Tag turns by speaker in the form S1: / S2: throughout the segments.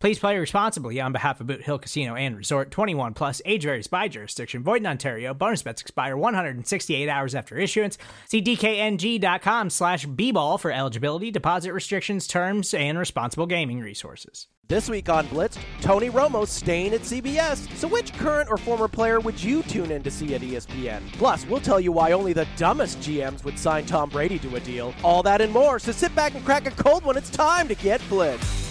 S1: Please play responsibly on behalf of Boot Hill Casino and Resort 21 plus age varies by jurisdiction. Void in Ontario. Bonus bets expire 168 hours after issuance. See dkng.com slash bball for eligibility, deposit restrictions, terms, and responsible gaming resources.
S2: This week on Blitz, Tony Romo staying at CBS. So, which current or former player would you tune in to see at E ESPN? Plus, we'll tell you why only the dumbest GMs would sign Tom Brady to a deal. All that and more. So, sit back and crack a cold one. It's time to get Blitz.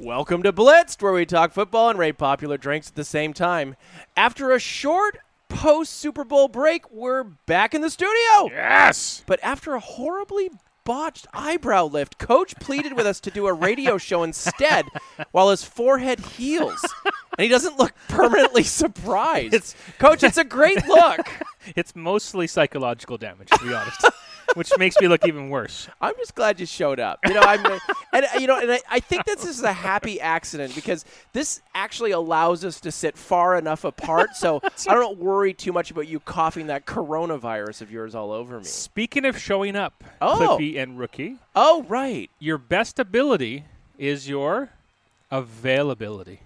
S2: Welcome to Blitzed, where we talk football and rate popular drinks at the same time. After a short post Super Bowl break, we're back in the studio.
S3: Yes.
S2: But after a horribly botched eyebrow lift, Coach pleaded with us to do a radio show instead while his forehead heals. And he doesn't look permanently surprised.
S3: It's-
S2: Coach, it's a great look.
S3: It's mostly psychological damage, to be honest, which makes me look even worse.
S2: I'm just glad you showed up. You know, I'm, and uh, you know, and I, I think that this is a happy accident because this actually allows us to sit far enough apart, so I don't worry too much about you coughing that coronavirus of yours all over me.
S3: Speaking of showing up,
S2: Oh.
S3: Clippy and Rookie,
S2: Oh, right.
S3: your best ability is your availability.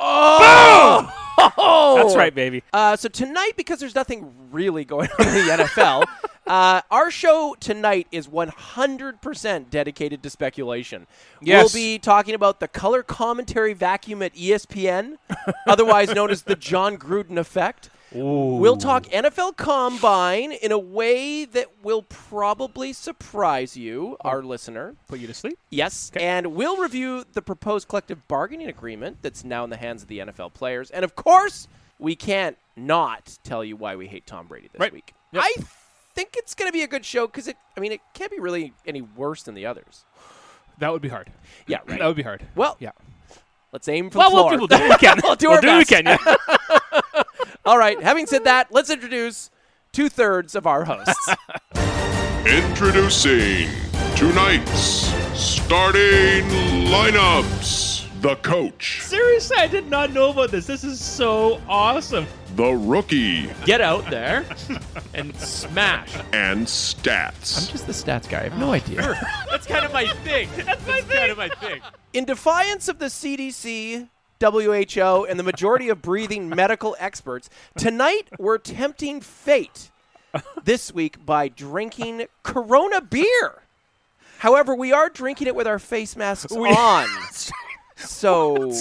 S2: Oh,
S3: That's right, baby.
S2: Uh, so tonight, because there's nothing really going on in the NFL, uh, our show tonight is 100% dedicated to speculation.
S3: Yes.
S2: We'll be talking about the color commentary vacuum at E ESPN, otherwise known as the John Gruden effect. We'll talk NFL Combine in a way that will probably surprise you, our listener.
S3: Put you to sleep.
S2: Yes, and we'll review the proposed collective bargaining agreement that's now in the hands of the NFL players. And of course, we can't not tell you why we hate Tom Brady this
S3: Right.
S2: week.
S3: Yep.
S2: I think it's going to be a good show because it, I mean, it can't be really any worse than the others.
S3: That would be hard.
S2: Yeah, right.
S3: That would be hard.
S2: Well,
S3: yeah.
S2: Let's aim for
S3: Well,
S2: the floor.
S3: we'll do, we'll do what we can.
S2: We'll do
S3: we'll
S2: our
S3: do what we
S2: best.
S3: can. Yeah.
S2: All right, having said that, let's introduce two thirds of our hosts.
S4: Introducing tonight's starting lineups. The coach,
S3: Seriously, I did not know about this. This is so awesome.
S4: the rookie,
S5: get out there and smash.
S4: and stats.
S5: Just the stats guy. I have no idea. That's kind of my thing. That's my thing. kind of my thing.
S2: in defiance of the CDC, WHO, and the majority of breathing medical experts, tonight we're tempting fate this week by drinking Corona beer. However, we are drinking it with our face masks on. So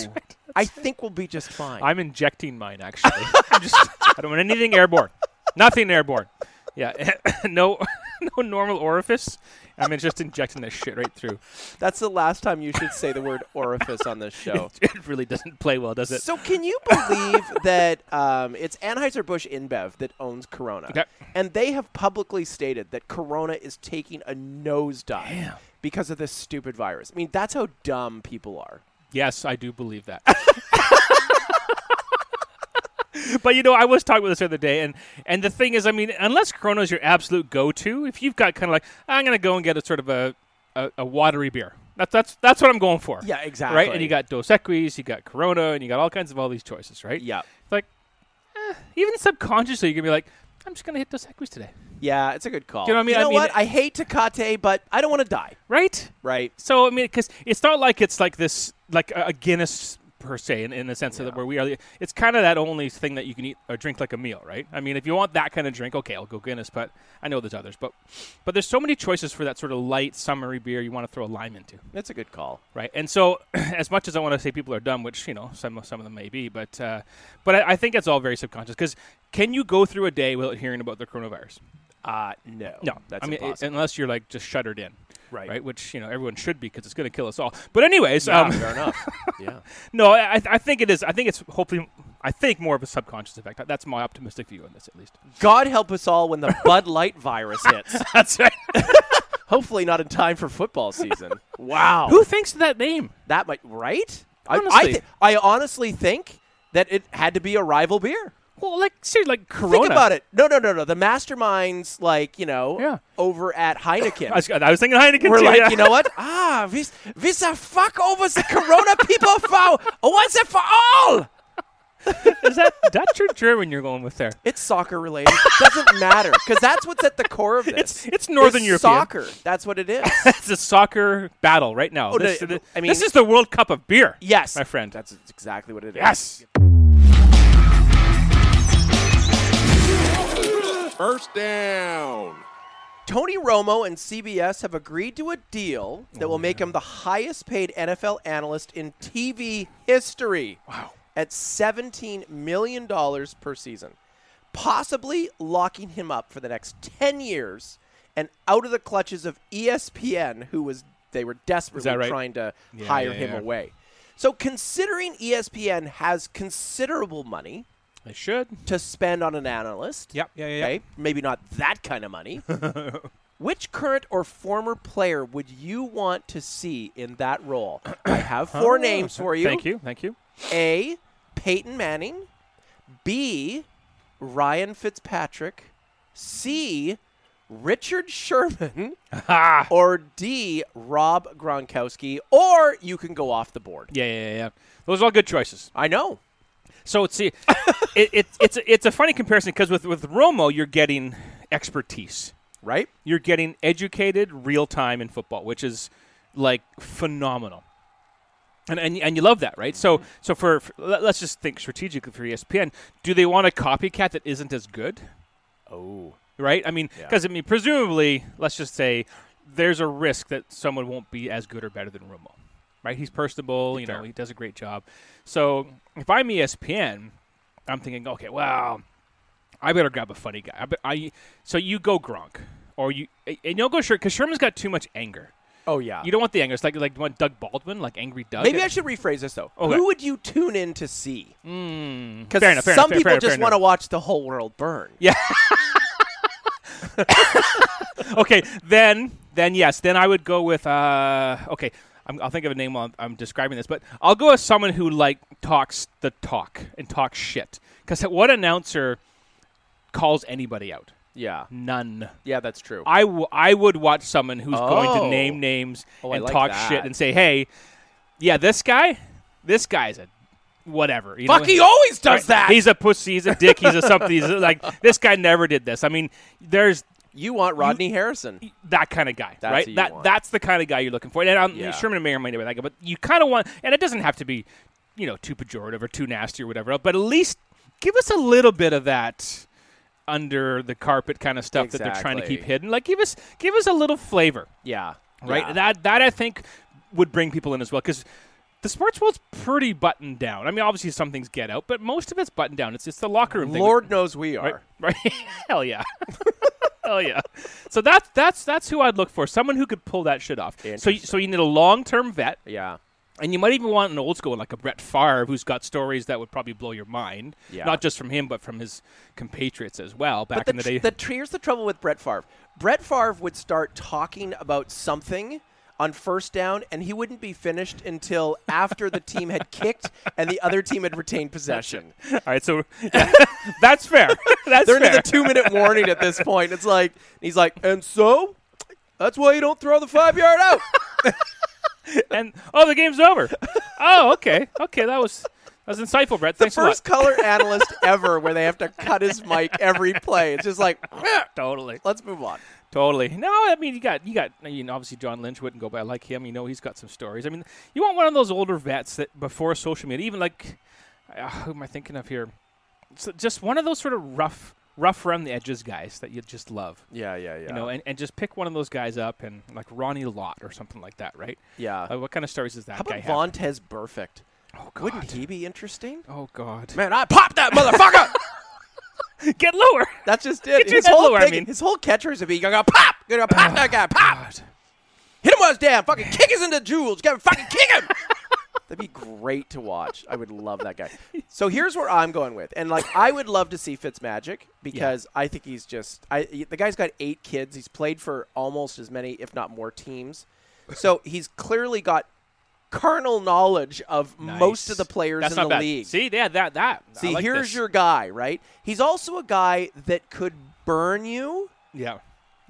S2: I think we'll be just fine.
S3: I'm injecting mine actually. I'm just, I don't want anything airborne. Nothing airborne. Yeah, no, no normal orifice. I'm just injecting this shit right through.
S2: That's the last time you should say the word orifice on this show.
S3: It really doesn't play well, does it?
S2: So can you believe that um, it's Anheuser-Busch InBev that owns Corona?
S3: Okay.
S2: And they have publicly stated that Corona is taking a nosedive because of this stupid virus. I mean, that's how dumb people are.
S3: yes, I do believe that. but you know, I was talking about this the other day, and and the thing is, I mean, unless Corona is your absolute go-to, if you've got kind of like, I'm gonna go and get a sort of a a, a watery beer. That's that's that's what I'm going for.
S2: Yeah,
S3: Right,
S2: exactly.
S3: and you got Dos Equis, you got Corona, and you got all kinds of all these choices, right?
S2: Yeah.
S3: Like, eh, even subconsciously, you can be like, I'm just gonna hit Dos Equis today,
S2: Yeah, it's a good call.
S3: You know what I mean? I mean-
S2: what? I hate Tecate, but I don't want to die.
S3: right?
S2: Right.
S3: So I mean, because it's not like it's like this, like a a Guinness per se in, in the sense that where we are. the- It's kind of that only thing that you can eat or drink like a meal, right? I mean, if you want that kind of drink, okay, I'll go Guinness, but I know there's others, but but there's so many choices for that sort of light summery beer you want to throw a lime into.
S2: That's a good call.
S3: Right, and so as much as I want to say people are dumb, which you know some some of them may be, but uh, but I, I think it's all very subconscious. Because can you go through a day without hearing about the coronavirus?
S2: Uh, no.
S3: No,
S2: That's
S3: I mean,
S2: impossible.
S3: unless you're like just shuttered in,
S2: Right.
S3: Right, which you know everyone should be because it's going to kill us all. But anyways,
S2: Yeah,
S3: um,
S2: fair enough. Yeah.
S3: no, I, I- I think it is. I think it's hopefully, I think more of a subconscious effect. That's my optimistic view on this, at least.
S2: God help us all when the Bud Light virus hits.
S3: That's right.
S2: Hopefully not in time for football season. Wow.
S3: Who thinks of that name?
S2: That might right? I I,
S3: Honestly.
S2: thi- I honestly think that it had to be a rival beer.
S3: Well, like seriously, like Corona.
S2: Think about it. No, no, no, no. The masterminds, like you know,
S3: Yeah.
S2: over at Heineken.
S3: I was, I was thinking Heineken
S2: we're
S3: too.
S2: like,
S3: yeah.
S2: you know what? Ah, this, this a fuck over the Corona people foul once and for all.
S3: is that Dutch or German you're going with there?
S2: It's soccer related. Doesn't matter because that's what's at the core of this.
S3: It's it's Northern
S2: It's
S3: European.
S2: soccer. That's what it is.
S3: It's a soccer battle right now.
S2: Oh,
S3: this,
S2: no,
S3: this-
S2: I mean-
S3: this is the World Cup of beer.
S2: yes,
S3: my friend.
S2: That's exactly what it is.
S3: yes.
S4: First down.
S2: Tony Romo and CBS have agreed to a deal that
S3: Oh,
S2: will make him the highest paid NFL analyst in TV history. Wow. At $17 million per season, possibly locking him up for the next 10 years and out of the clutches of E ESPN, who was they were desperately
S3: right?
S2: trying to hire
S3: yeah,
S2: him
S3: yeah.
S2: away. So considering E ESPN has considerable money
S3: I should.
S2: to spend on an analyst,
S3: Yep. Yeah. Yeah.
S2: Okay, maybe not that kind of money. Which current or former player would you want to see in that role? I have four names for you.
S3: Oh. Thank you. Thank you.
S2: A. Peyton Manning. B. Ryan Fitzpatrick. C. Richard Sherman. or D. Rob Gronkowski. Or you can go off the board.
S3: Yeah. Yeah. Yeah. yeah. Those are all good choices.
S2: I know.
S3: So it's see, it, it, it's it's a funny comparison because with with Romo you're getting expertise,
S2: Right?
S3: you're getting educated real time in football, which is like phenomenal, and and, and you love that, right? So so for, for let- let's just think strategically for E ESPN, do they want a copycat that isn't as good?
S2: Oh.
S3: right? I mean, because I mean, presumably, let's just say there's a risk that someone won't be as good or better than Romo, right? He's personable, you know, he does a great job. So if I'm E ESPN, I'm thinking, okay, well, I better grab a funny guy. I, bet- I so you go Gronk, or you and you'll go Sherman because Sherman's got too much anger.
S2: Oh, yeah.
S3: You don't want the anger. It's like like want Doug Baldwin, like angry Doug. Mm-hmm.
S2: Maybe I should rephrase this though.
S3: Okay.
S2: Who would you tune in to see? Because
S3: Fair enough, fair
S2: some
S3: enough, fair-
S2: people
S3: fair
S2: just
S3: enough.
S2: want to watch the whole world burn.
S3: okay, then then yes, then I would go with uh okay. I'm, I'll think of a name while I'm, I'm describing this, but I'll go with someone who like talks the talk and talks shit. Because what announcer calls anybody out?
S2: Yeah,
S3: None.
S2: yeah, that's true.
S3: I, w- I would watch someone who's going
S2: Oh.
S3: to name names
S2: Oh, I
S3: and
S2: like
S3: talk
S2: that.
S3: shit and say, hey, yeah, this guy, this guy's a whatever. You know?
S2: Bucky always does
S3: Right.
S2: that.
S3: He's a pussy. He's a dick. He's a something. He's a- like this guy never did this. I mean, there's
S2: you want Rodney Harrison?
S3: that kind of guy,
S2: That's who
S3: right?
S2: you
S3: That
S2: want.
S3: that's the kind of guy you're looking for. And um,
S2: Yeah.
S3: Sherman may or may not be that guy, but you kind of want, and it doesn't have to be, you know, too pejorative or too nasty or whatever. But at least give us a little bit of that under the carpet kind of stuff that they're trying to keep
S2: Exactly.
S3: hidden. Like give us give us a little flavor,
S2: Yeah,
S3: right?
S2: Yeah.
S3: That that I think would bring people in as well because. The sports world's pretty buttoned down. I mean, obviously some things get out, but most of it's buttoned down. It's it's the locker room thing.
S2: Lord knows we are.
S3: Right, right. Hell yeah. Hell yeah. So that's that's that's who I'd look for. Someone who could pull that shit off. So you, so you need a long term vet,
S2: Yeah,
S3: and you might even want an old school like a Brett Favre who's got stories that would probably blow your mind.
S2: Yeah.
S3: Not just from him, but from his compatriots as well. Back
S2: but the,
S3: in the
S2: tr-
S3: day,
S2: the tr- here's the trouble with Brett Favre. Brett Favre would start talking about something on first down, and he wouldn't be finished until after the team had kicked and the other team had retained possession.
S3: all right. So that's fair. That's
S2: They're
S3: fair.
S2: into the two minute warning at this point. It's like he's like, and so that's why you don't throw the five yard out.
S3: and oh, the game's over. oh, okay, okay. That was That was insightful, Brett.
S2: The
S3: Thanks
S2: first
S3: a lot.
S2: color analyst ever where they have to cut his mic every play. It's just like,
S3: Totally,
S2: let's move on.
S3: totally. No, I mean you got you got. I mean, obviously John Lynch wouldn't go by like him. You know he's got some stories. I mean, you want one of those older vets that before social media, even like uh, who am I thinking of here? So just one of those sort of rough, rough around the edges guys that you just love.
S2: Yeah, yeah, yeah.
S3: You know, and, and just pick one of those guys up and like Ronnie Lott or something like that, right?
S2: yeah.
S3: Like, what kind of stories does that
S2: How
S3: guy
S2: about Vontez Perfect?
S3: have? Oh God!
S2: Wouldn't he be interesting?
S3: Oh God!
S2: Man, I popped that motherfucker.
S3: Get lower!
S2: That's just it.
S3: Get your
S2: His
S3: head
S2: whole,
S3: lower, I
S2: thing,
S3: mean.
S2: his whole catcher is to be gonna pop, gonna pop that guy, pop, hit him while he's down, fucking kick his into jewels, gotta fucking kick him. That'd be great to watch. I would love that guy. So here's where I'm going with, and like I would love to see Fitzmagic because I think he's just I the guy's got eight kids. He's played for almost as many, if not more, teams. So he's clearly got carnal knowledge of most of the
S3: Nice.
S2: players
S3: That's
S2: in
S3: not
S2: the
S3: bad.
S2: league.
S3: See, yeah, that that. I
S2: See,
S3: like
S2: here's
S3: this.
S2: your guy, right? He's also a guy that could burn you,
S3: yeah.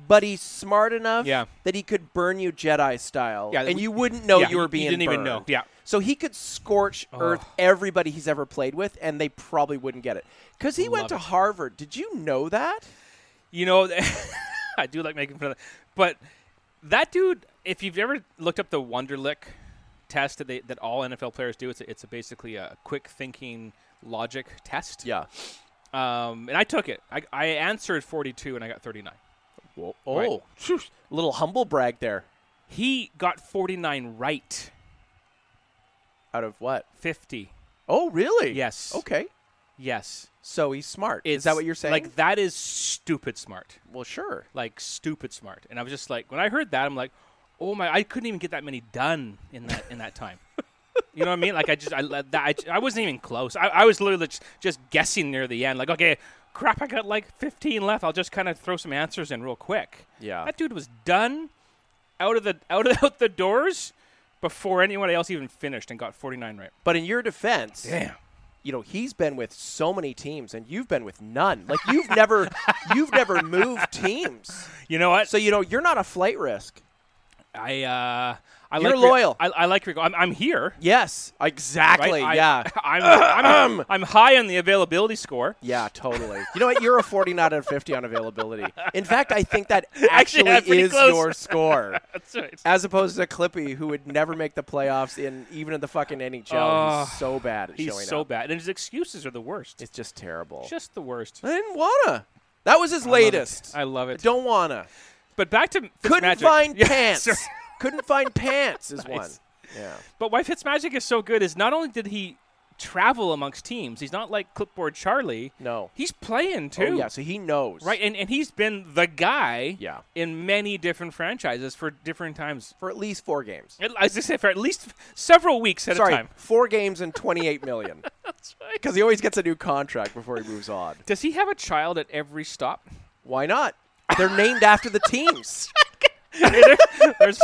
S2: but he's smart enough
S3: Yeah.
S2: that he could burn you Jedi style,
S3: Yeah,
S2: and
S3: we-
S2: you wouldn't know
S3: yeah,
S2: you were
S3: you
S2: being
S3: didn't even know.
S2: burned.
S3: Yeah.
S2: So he could scorch earth everybody he's ever played with, and they probably wouldn't get it because he went
S3: Love
S2: to
S3: it.
S2: Harvard. Did you know that?
S3: You know, I do like making fun of that. But that dude, if you've ever looked up the Wonderlick test that they, that all NFL players do, it's a, it's a basically a quick thinking logic test.
S2: Yeah.
S3: Um, and I took it. I, I answered 42 and I got 39.
S2: Oh,
S3: Right.
S2: little humble brag there.
S3: He got 49 right.
S2: Out of what?
S3: 50.
S2: Oh, really?
S3: Yes.
S2: Okay.
S3: Yes.
S2: So he's smart.
S3: It's
S2: Is that what you're saying?
S3: Like that is stupid smart.
S2: well, sure.
S3: Like stupid smart. And I was just like when I heard that I'm like, "Oh my, I couldn't even get that many done in that in that time." you know what I mean? Like I just I let that I, j- I wasn't even close. I, I was literally just, just guessing near the end like, "Okay, crap, I got like 15 left. I'll just kind of throw some answers in real quick."
S2: Yeah.
S3: That dude was done out of the out of out the doors before anyone else even finished and got 49 right.
S2: But in your defense,
S3: Damn.
S2: you know he's been with so many teams and you've been with none like you've never you've never moved teams
S3: You know what?
S2: so you know you're not a flight risk
S3: I uh I
S2: You're
S3: like your-
S2: loyal.
S3: I, I like your I'm, I'm here.
S2: yes
S3: right?
S2: exactly
S3: I-
S2: yeah
S3: I'm, I'm, I'm high on the availability score.
S2: yeah totally you know what you're a 49 out of 50 on availability in fact i think that actually,
S3: Actually, yeah, pretty
S2: is
S3: close.
S2: your score
S3: That's right.
S2: as opposed to clippy who would never make the playoffs in even in the fucking nhl
S3: Oh,
S2: he's so bad at showing
S3: He's so
S2: up
S3: bad, and his excuses are the worst. It's
S2: it's just terrible
S3: just the worst.
S2: i didn't wanna that was his latest
S3: I love it.
S2: don't wanna
S3: But back to
S2: couldn't
S3: Fitzmagic.
S2: find
S3: Yeah,
S2: pants.
S3: sorry.
S2: Couldn't find pants is one.
S3: Nice.
S2: Yeah.
S3: But why Fitzmagic is so good is not only did he travel amongst teams, he's not like clipboard Charlie.
S2: No.
S3: he's playing too.
S2: Oh, yeah. So he knows.
S3: Right, and, and he's been the guy
S2: Yeah.
S3: in many different franchises for different times.
S2: For at least four games.
S3: At- As I say, for at least several weeks at
S2: Sorry,
S3: a time.
S2: four games and 28 million. That's right. Because he always gets a new contract before he moves on.
S3: Does he have a child at every stop?
S2: Why not? They're named after the teams.
S3: there's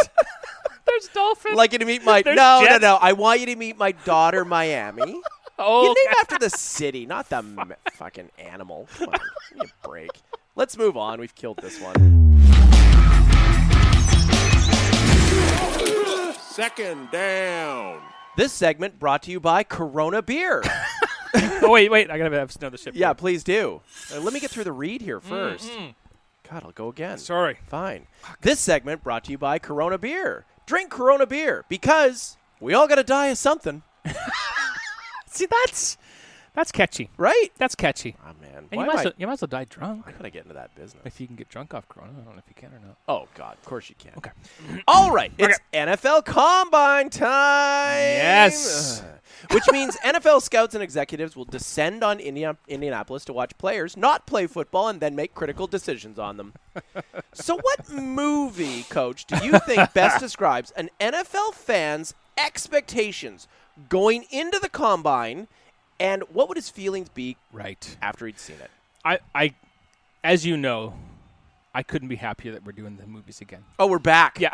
S3: there's dolphins.
S2: like you to meet my
S3: There's
S2: no
S3: Jets.
S2: no no. I want you to meet my daughter Miami.
S3: oh,
S2: You name after the city, not the m- fucking animal. Come on, give me a break. Let's move on. We've killed this one.
S4: Second down.
S2: This segment brought to you by Corona Beer.
S3: oh wait, wait, I gotta have another sip.
S2: Yeah, please do. Uh, let me get through the read here 1st God, I'll go again.
S3: Mm-hmm. sorry.
S2: Fine. This segment brought to you by Corona Beer. Drink Corona Beer because we all got to die of something,
S3: See, that's that's catchy.
S2: right?
S3: That's catchy.
S2: Oh, man.
S3: And
S2: Why
S3: you might,
S2: am
S3: as
S2: I,
S3: well, you might as well die drunk
S2: I'm going to get into that business.
S3: if you can get drunk off Corona. I don't know if you can or not.
S2: Oh, God. Of course you can.
S3: Okay.
S2: All right. It's
S3: Okay.
S2: NFL Combine time.
S3: Yes.
S2: Ugh. Which means NFL scouts and executives will descend on India- Indianapolis to watch players not play football and then make critical decisions on them. so, what movie, coach, do you think best describes an NFL fan's expectations going into the combine and what would his feelings be
S3: Right.
S2: after he'd seen it?
S3: I, I, as you know, I couldn't be happier that we're doing the movies again.
S2: Oh, we're back.
S3: Yeah,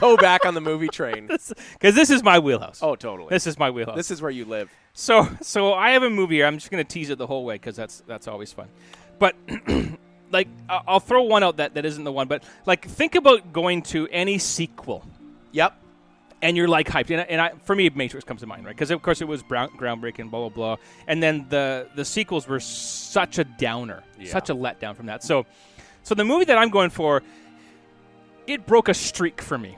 S2: so back on the movie train.
S3: because this is my wheelhouse.
S2: Oh, totally.
S3: This is my wheelhouse.
S2: this is where you live.
S3: So, so I have a movie here. I'm just going to tease it the whole way because that's that's always fun. But like, I- I'll throw one out that that isn't the one. But like, think about going to any sequel
S2: Yep.
S3: and you're like hyped. And, I- and I, for me, Matrix comes to mind, right? Because of course it was brown, groundbreaking, blah blah blah. And then the the sequels were such a downer, such a letdown from that. So, so the movie that I'm going for, it broke a streak for me.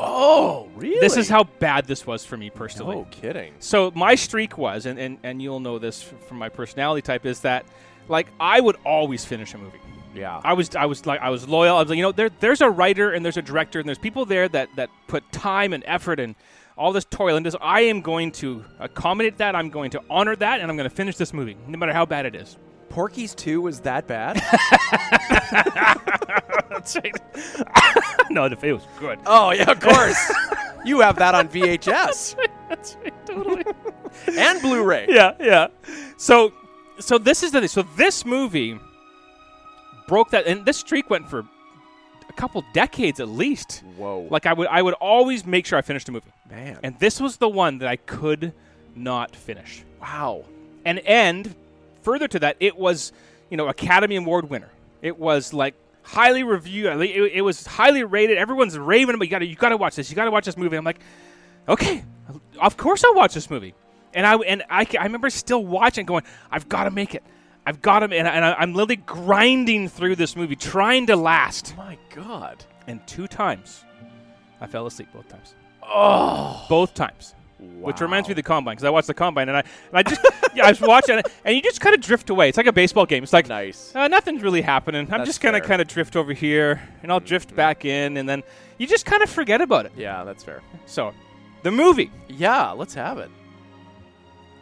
S2: Oh, really?
S3: This is how Oh, bad this was for me personally.
S2: No kidding.
S3: So my streak was, and, and, and you'll know this f- from my personality type, is that like I would always finish a movie.
S2: Yeah.
S3: I was I was like I was loyal. I was like, you know, there there's a writer and there's a director and there's people there that, that put time and effort and all this toil and this I am going to accommodate that, I'm going to honor that, and I'm gonna finish this movie, no matter how bad it is.
S2: Porky's 2 was that bad?
S3: That's right. no, the it was good.
S2: oh, yeah, of course. you have that on VHS
S3: That's right, totally.
S2: and Blu-ray.
S3: yeah, yeah. So, so this is the thing. So this movie broke that, and this streak went for a couple decades at least.
S2: Whoa.
S3: Like I would, I would always make sure I finished the movie,
S2: Man.
S3: and this was the one that I could not finish.
S2: wow.
S3: And and further to that, it was you know Academy Award winner. It was like highly reviewed. It, it was highly rated. Everyone's raving about you. Got to you got to watch this. You got to watch this movie. I'm like, okay, of course I'll watch this movie. And I and I, ca- I remember still watching, going, I've got to make it. I've got to, and, I, and I- I'm literally grinding through this movie, trying to last.
S2: My God.
S3: And two times, I fell asleep both times. Oh, both times. Which reminds me of the combine because I watched the combine and I and I just yeah I was watching it, and you just kind of drift away. It's like a baseball game. It's like
S2: Nice.
S3: uh, nothing's really happening. I'm
S2: That's
S3: just gonna
S2: fair. Mm-hmm.
S3: kind of drift over here and I'll drift back in and then you just kind of forget about it.
S2: Yeah, that's fair.
S3: So, the movie
S2: Yeah, let's have it.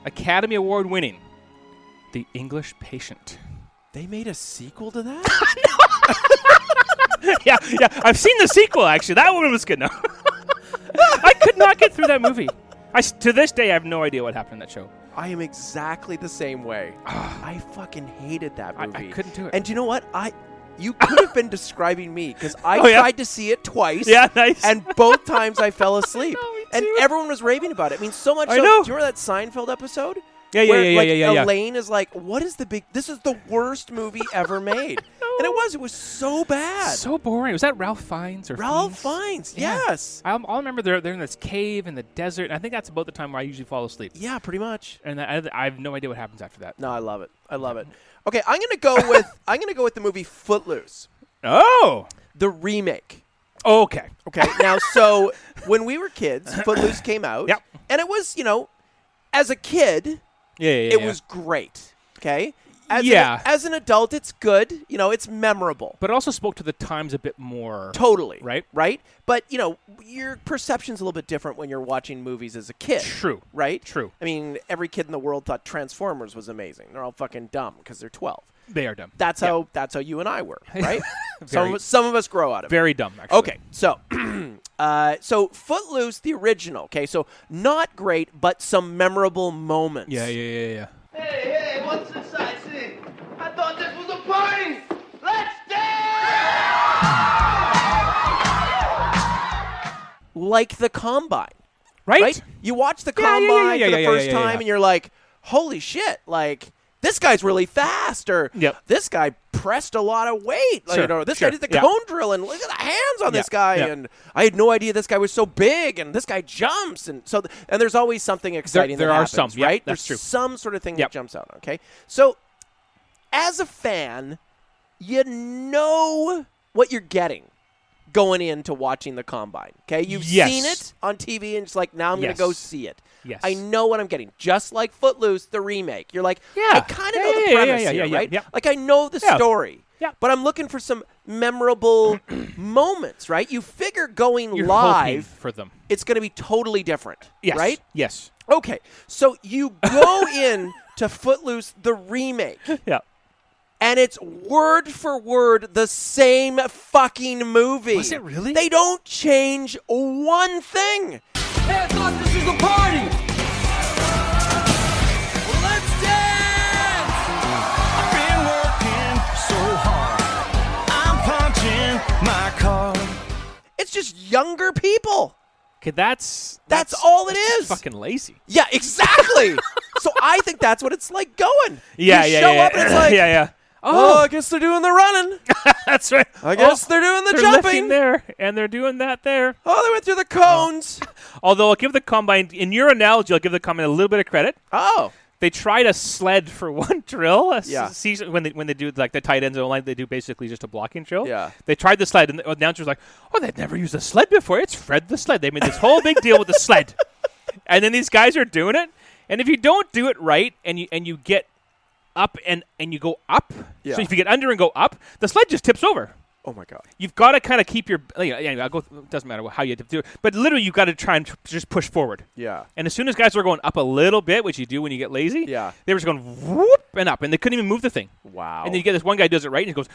S3: Academy Award winning, The English Patient.
S2: They made a sequel to that?
S3: yeah, yeah. I've seen the sequel actually. That one was good. No, I could not get through that movie. I s to this day I have no idea what happened in that show.
S2: I am exactly the same way. I fucking hated that
S3: Ah. I- I
S2: movie.
S3: couldn't do it.
S2: And do you know what? I you could have been describing me because I
S3: Oh, yeah?
S2: tried to see it twice.
S3: Yeah, nice.
S2: And both times I fell asleep.
S3: know, me
S2: and
S3: too.
S2: everyone was raving about it. I mean, so much.
S3: I
S2: so,
S3: know.
S2: Do you remember that Seinfeld episode?
S3: Yeah, yeah,
S2: Where,
S3: yeah, yeah,
S2: like,
S3: yeah, yeah, yeah.
S2: Elaine is like, "What is the big? This is the worst movie ever made." And it was. It was so bad.
S3: So boring. Was that Ralph Fiennes or
S2: Ralph
S3: Fiennes?
S2: Fiennes.
S3: Yeah.
S2: Yes.
S3: I, I remember they're they're in this cave in the desert. And I think that's about the time where I usually fall asleep.
S2: Yeah, pretty much.
S3: And I, I have no idea what happens after that.
S2: No, I love it. I love it. Okay, I'm gonna go with I'm gonna go with the movie Footloose,
S3: Oh,
S2: the remake.
S3: okay.
S2: Okay. Now, so when we were kids, Footloose came out.
S3: Yep.
S2: And it was, you know, as a kid,
S3: Yeah, yeah, yeah.
S2: it
S3: yeah.
S2: was great. Okay. As
S3: Yeah.
S2: An, as an adult, it's good. You know, it's memorable.
S3: but it also spoke to the times a bit more.
S2: Totally.
S3: Right.
S2: Right. But you know, your perception's a little bit different when you're watching movies as a kid.
S3: True.
S2: Right.
S3: True.
S2: I mean, every kid in the world thought Transformers was amazing. They're all fucking dumb because they're 12.
S3: They are dumb.
S2: That's how that's how you and I were, right? some,
S3: Very-
S2: of, us- some of us grow out of it.
S3: Very dumb. Actually.
S2: Okay, so uh, so Footloose, the original. Okay, so not great, but some memorable moments.
S3: Yeah, yeah, yeah, yeah.
S6: Hey, hey, what's this I see? I thought this was a party! Let's dance!
S2: Like the Combine,
S3: Right.
S2: right? You watch the
S3: Yeah, yeah,
S2: Combine
S3: yeah, yeah,
S2: for the
S3: yeah, yeah,
S2: first
S3: yeah, yeah,
S2: time,
S3: yeah.
S2: and you're like, "Holy shit!" Like this guy's really fast, or
S3: Yep.
S2: this guy pressed a lot of weight. Like,
S3: Sure,
S2: or this
S3: sure,
S2: guy did the
S3: yeah.
S2: cone drill, and look at the hands on this
S3: Yeah,
S2: guy.
S3: yeah.
S2: And I had no idea this guy was so big, and this guy jumps, and so th- and there's always something exciting.
S3: there
S2: that
S3: are
S2: happens,
S3: some, yeah,
S2: right?
S3: that's
S2: there's
S3: true.
S2: some sort of thing
S3: Yep.
S2: that jumps out. Okay, so as a fan, you know what you're getting going into watching the combine. Okay, you've
S3: Yes.
S2: seen it on TV, and it's like now I'm
S3: Yes.
S2: gonna go see it.
S3: Yes.
S2: I know what I'm getting. Just like Footloose, the remake. You're like,
S3: Yeah.
S2: I kind of
S3: Yeah,
S2: know
S3: yeah,
S2: the
S3: yeah, yeah,
S2: premise
S3: yeah,
S2: here,
S3: yeah, yeah,
S2: right?
S3: yeah.
S2: Like I know the
S3: Yeah.
S2: story.
S3: Yeah.
S2: But I'm looking for some memorable moments, right? You figure going
S3: You're hoping
S2: live,
S3: for them.
S2: it's going to be totally different,
S3: Yes.
S2: right?
S3: Yes.
S2: Okay, so you go in to Footloose, the remake,
S3: Yeah.
S2: and it's word for word the same fucking movie.
S3: Was it really?
S2: They don't change one thing.
S6: Hey, I thought this was a party! Let's dance!
S7: been working so hard. I'm punching my card.
S2: It's just younger people.
S3: Okay, that's
S2: That's all it
S3: that's
S2: is.
S3: just Fucking lazy.
S2: Yeah, exactly. so I think that's what it's like going.
S3: Yeah,
S2: you
S3: yeah,
S2: show
S3: yeah,
S2: up and it's
S3: yeah,
S2: like,
S3: yeah,
S2: Oh, I guess they're doing the running.
S3: That's right.
S2: I guess they're doing the
S3: Oh, they're lifting
S2: jumping.
S3: there and they're doing that there.
S2: Oh, they went through the cones.
S3: Although I'll give the combine in your analogy, I'll give the combine a little bit of credit.
S2: Oh,
S3: They tried a sled for one drill. a s-
S2: Yeah.
S3: season- when they when they do like the tight ends and line, they do basically just a blocking drill.
S2: Yeah.
S3: They tried the sled and the announcer was like, "Oh, they've never used a sled before. It's Fred the sled." They made this whole big deal with the sled, and then these guys are doing it. And if you don't do it right, and you and you get up and and you go up,
S2: Yeah.
S3: so if you get under and go up, the sled just tips over
S2: oh my God.
S3: you've got to kind of keep your like, anyway. I'll go. It doesn't matter how you do it, but literally you've got to try and tr- just push forward.
S2: Yeah.
S3: And as soon as guys were going up a little bit, which you do when you get lazy,
S2: Yeah.
S3: they were just going whoop and up, and they couldn't even move the thing.
S2: Wow.
S3: And then you get this one guy who does it right, and he goes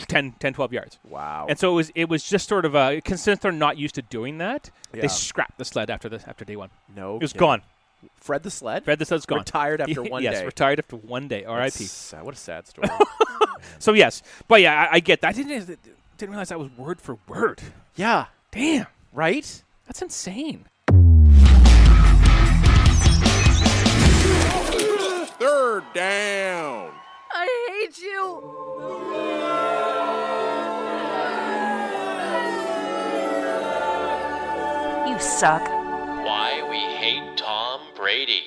S3: 10, 10, 12 yards.
S2: wow.
S3: And so it was. It was just sort of a since they're not used to doing that,
S2: Yeah.
S3: they scrapped the sled after this after day one.
S2: no,
S3: It was
S2: kidding.
S3: gone.
S2: Fred the sled.
S3: Fred, the sled's gone.
S2: Retired after one
S3: yes,
S2: day.
S3: retired after one day. R.I.P.
S2: Sad- What a sad story.
S3: So yes, but yeah, I, I get that. I didn't didn't realize that was word for word.
S2: yeah.
S3: Damn,
S2: Right.
S3: that's insane.
S4: Third down.
S8: You suck.
S9: Why we hate Tom Brady.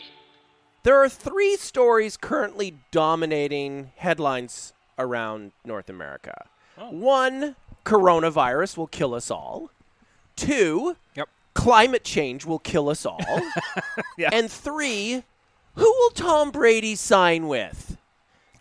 S2: There are three stories currently dominating headlines around North America.
S3: Oh.
S2: One, coronavirus will kill us all. Two,
S3: Yep.
S2: climate change will kill us all. And three, who will Tom Brady sign with?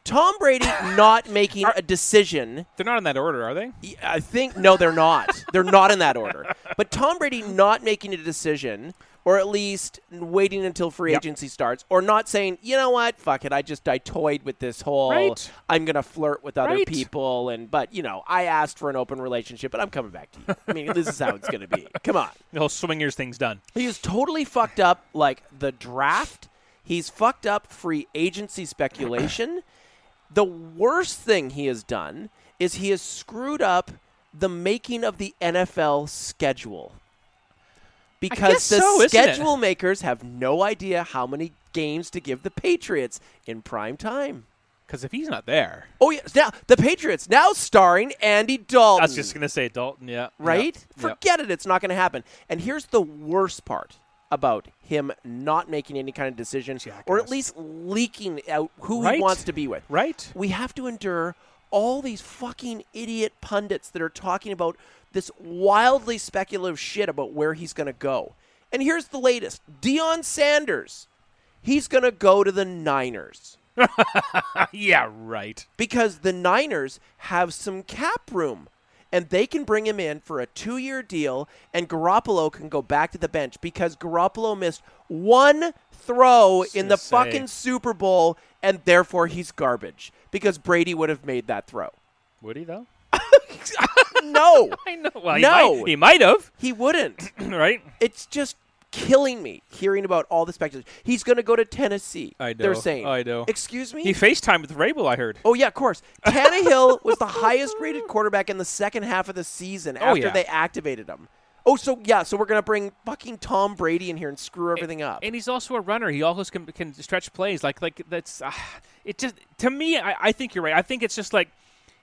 S2: Tom Brady not making a decision.
S3: They're not in that order, are they?
S2: y- I think no, they're not. they're not in that order. But Tom Brady not making a decision, or at least waiting until free
S3: Yep.
S2: agency starts, or not saying, you know what, fuck it, I just I toyed with this whole.
S3: Right.
S2: I'm gonna flirt with other
S3: Right.
S2: people, and but you know, I asked for an open relationship, but I'm coming back to you. I mean, this is how it's gonna be. Come on.
S3: The whole swingers thing's done.
S2: He's totally fucked up, like the draft. He's fucked up free agency speculation. the worst thing he has done is he has screwed up the making of the NFL schedule. Because
S3: guess
S2: the
S3: so, isn't it?
S2: schedule makers have no idea how many games to give the Patriots in prime time.
S3: Because if he's not there,
S2: Oh yeah, now the Patriots now starring Andy Dalton
S3: I was just gonna say Dalton. Yeah.
S2: right?
S3: Yeah.
S2: Forget it. It's not going to happen. And here's the worst part about him not making any kind of decision or at least leaking out who he
S3: Right.
S2: wants to be with.
S3: Right.
S2: We have to endure all these fucking idiot pundits that are talking about this wildly speculative shit about where he's going to go. And here's the latest. Deion Sanders. He's going to go to the Niners
S3: Yeah. yeah, Right.
S2: because the Niners have some cap room and they can bring him in for a two year deal and Garoppolo can go back to the bench because Garoppolo missed one throw in the
S3: Just say.
S2: fucking Super Bowl and therefore he's garbage because Brady would have made that throw.
S3: Would he though?
S2: No,
S3: I know. Well,
S2: No.
S3: he might, he might have.
S2: he wouldn't.
S3: right.
S2: It's just killing me hearing about all the speculation. He's going to go to Tennessee.
S3: I
S2: They're
S3: know,
S2: saying.
S3: I know.
S2: Excuse me?
S3: He FaceTimed with Rabel. I heard.
S2: Oh yeah, of course. Tannehill was the highest rated quarterback in the second half of the season after
S3: Oh, yeah.
S2: they activated him. Oh, so yeah, so we're gonna bring fucking Tom Brady in here and screw everything up.
S3: And he's also a runner. He also can, can stretch plays. Like like that's uh, it. Just to me, I, I think you're right. I think it's just like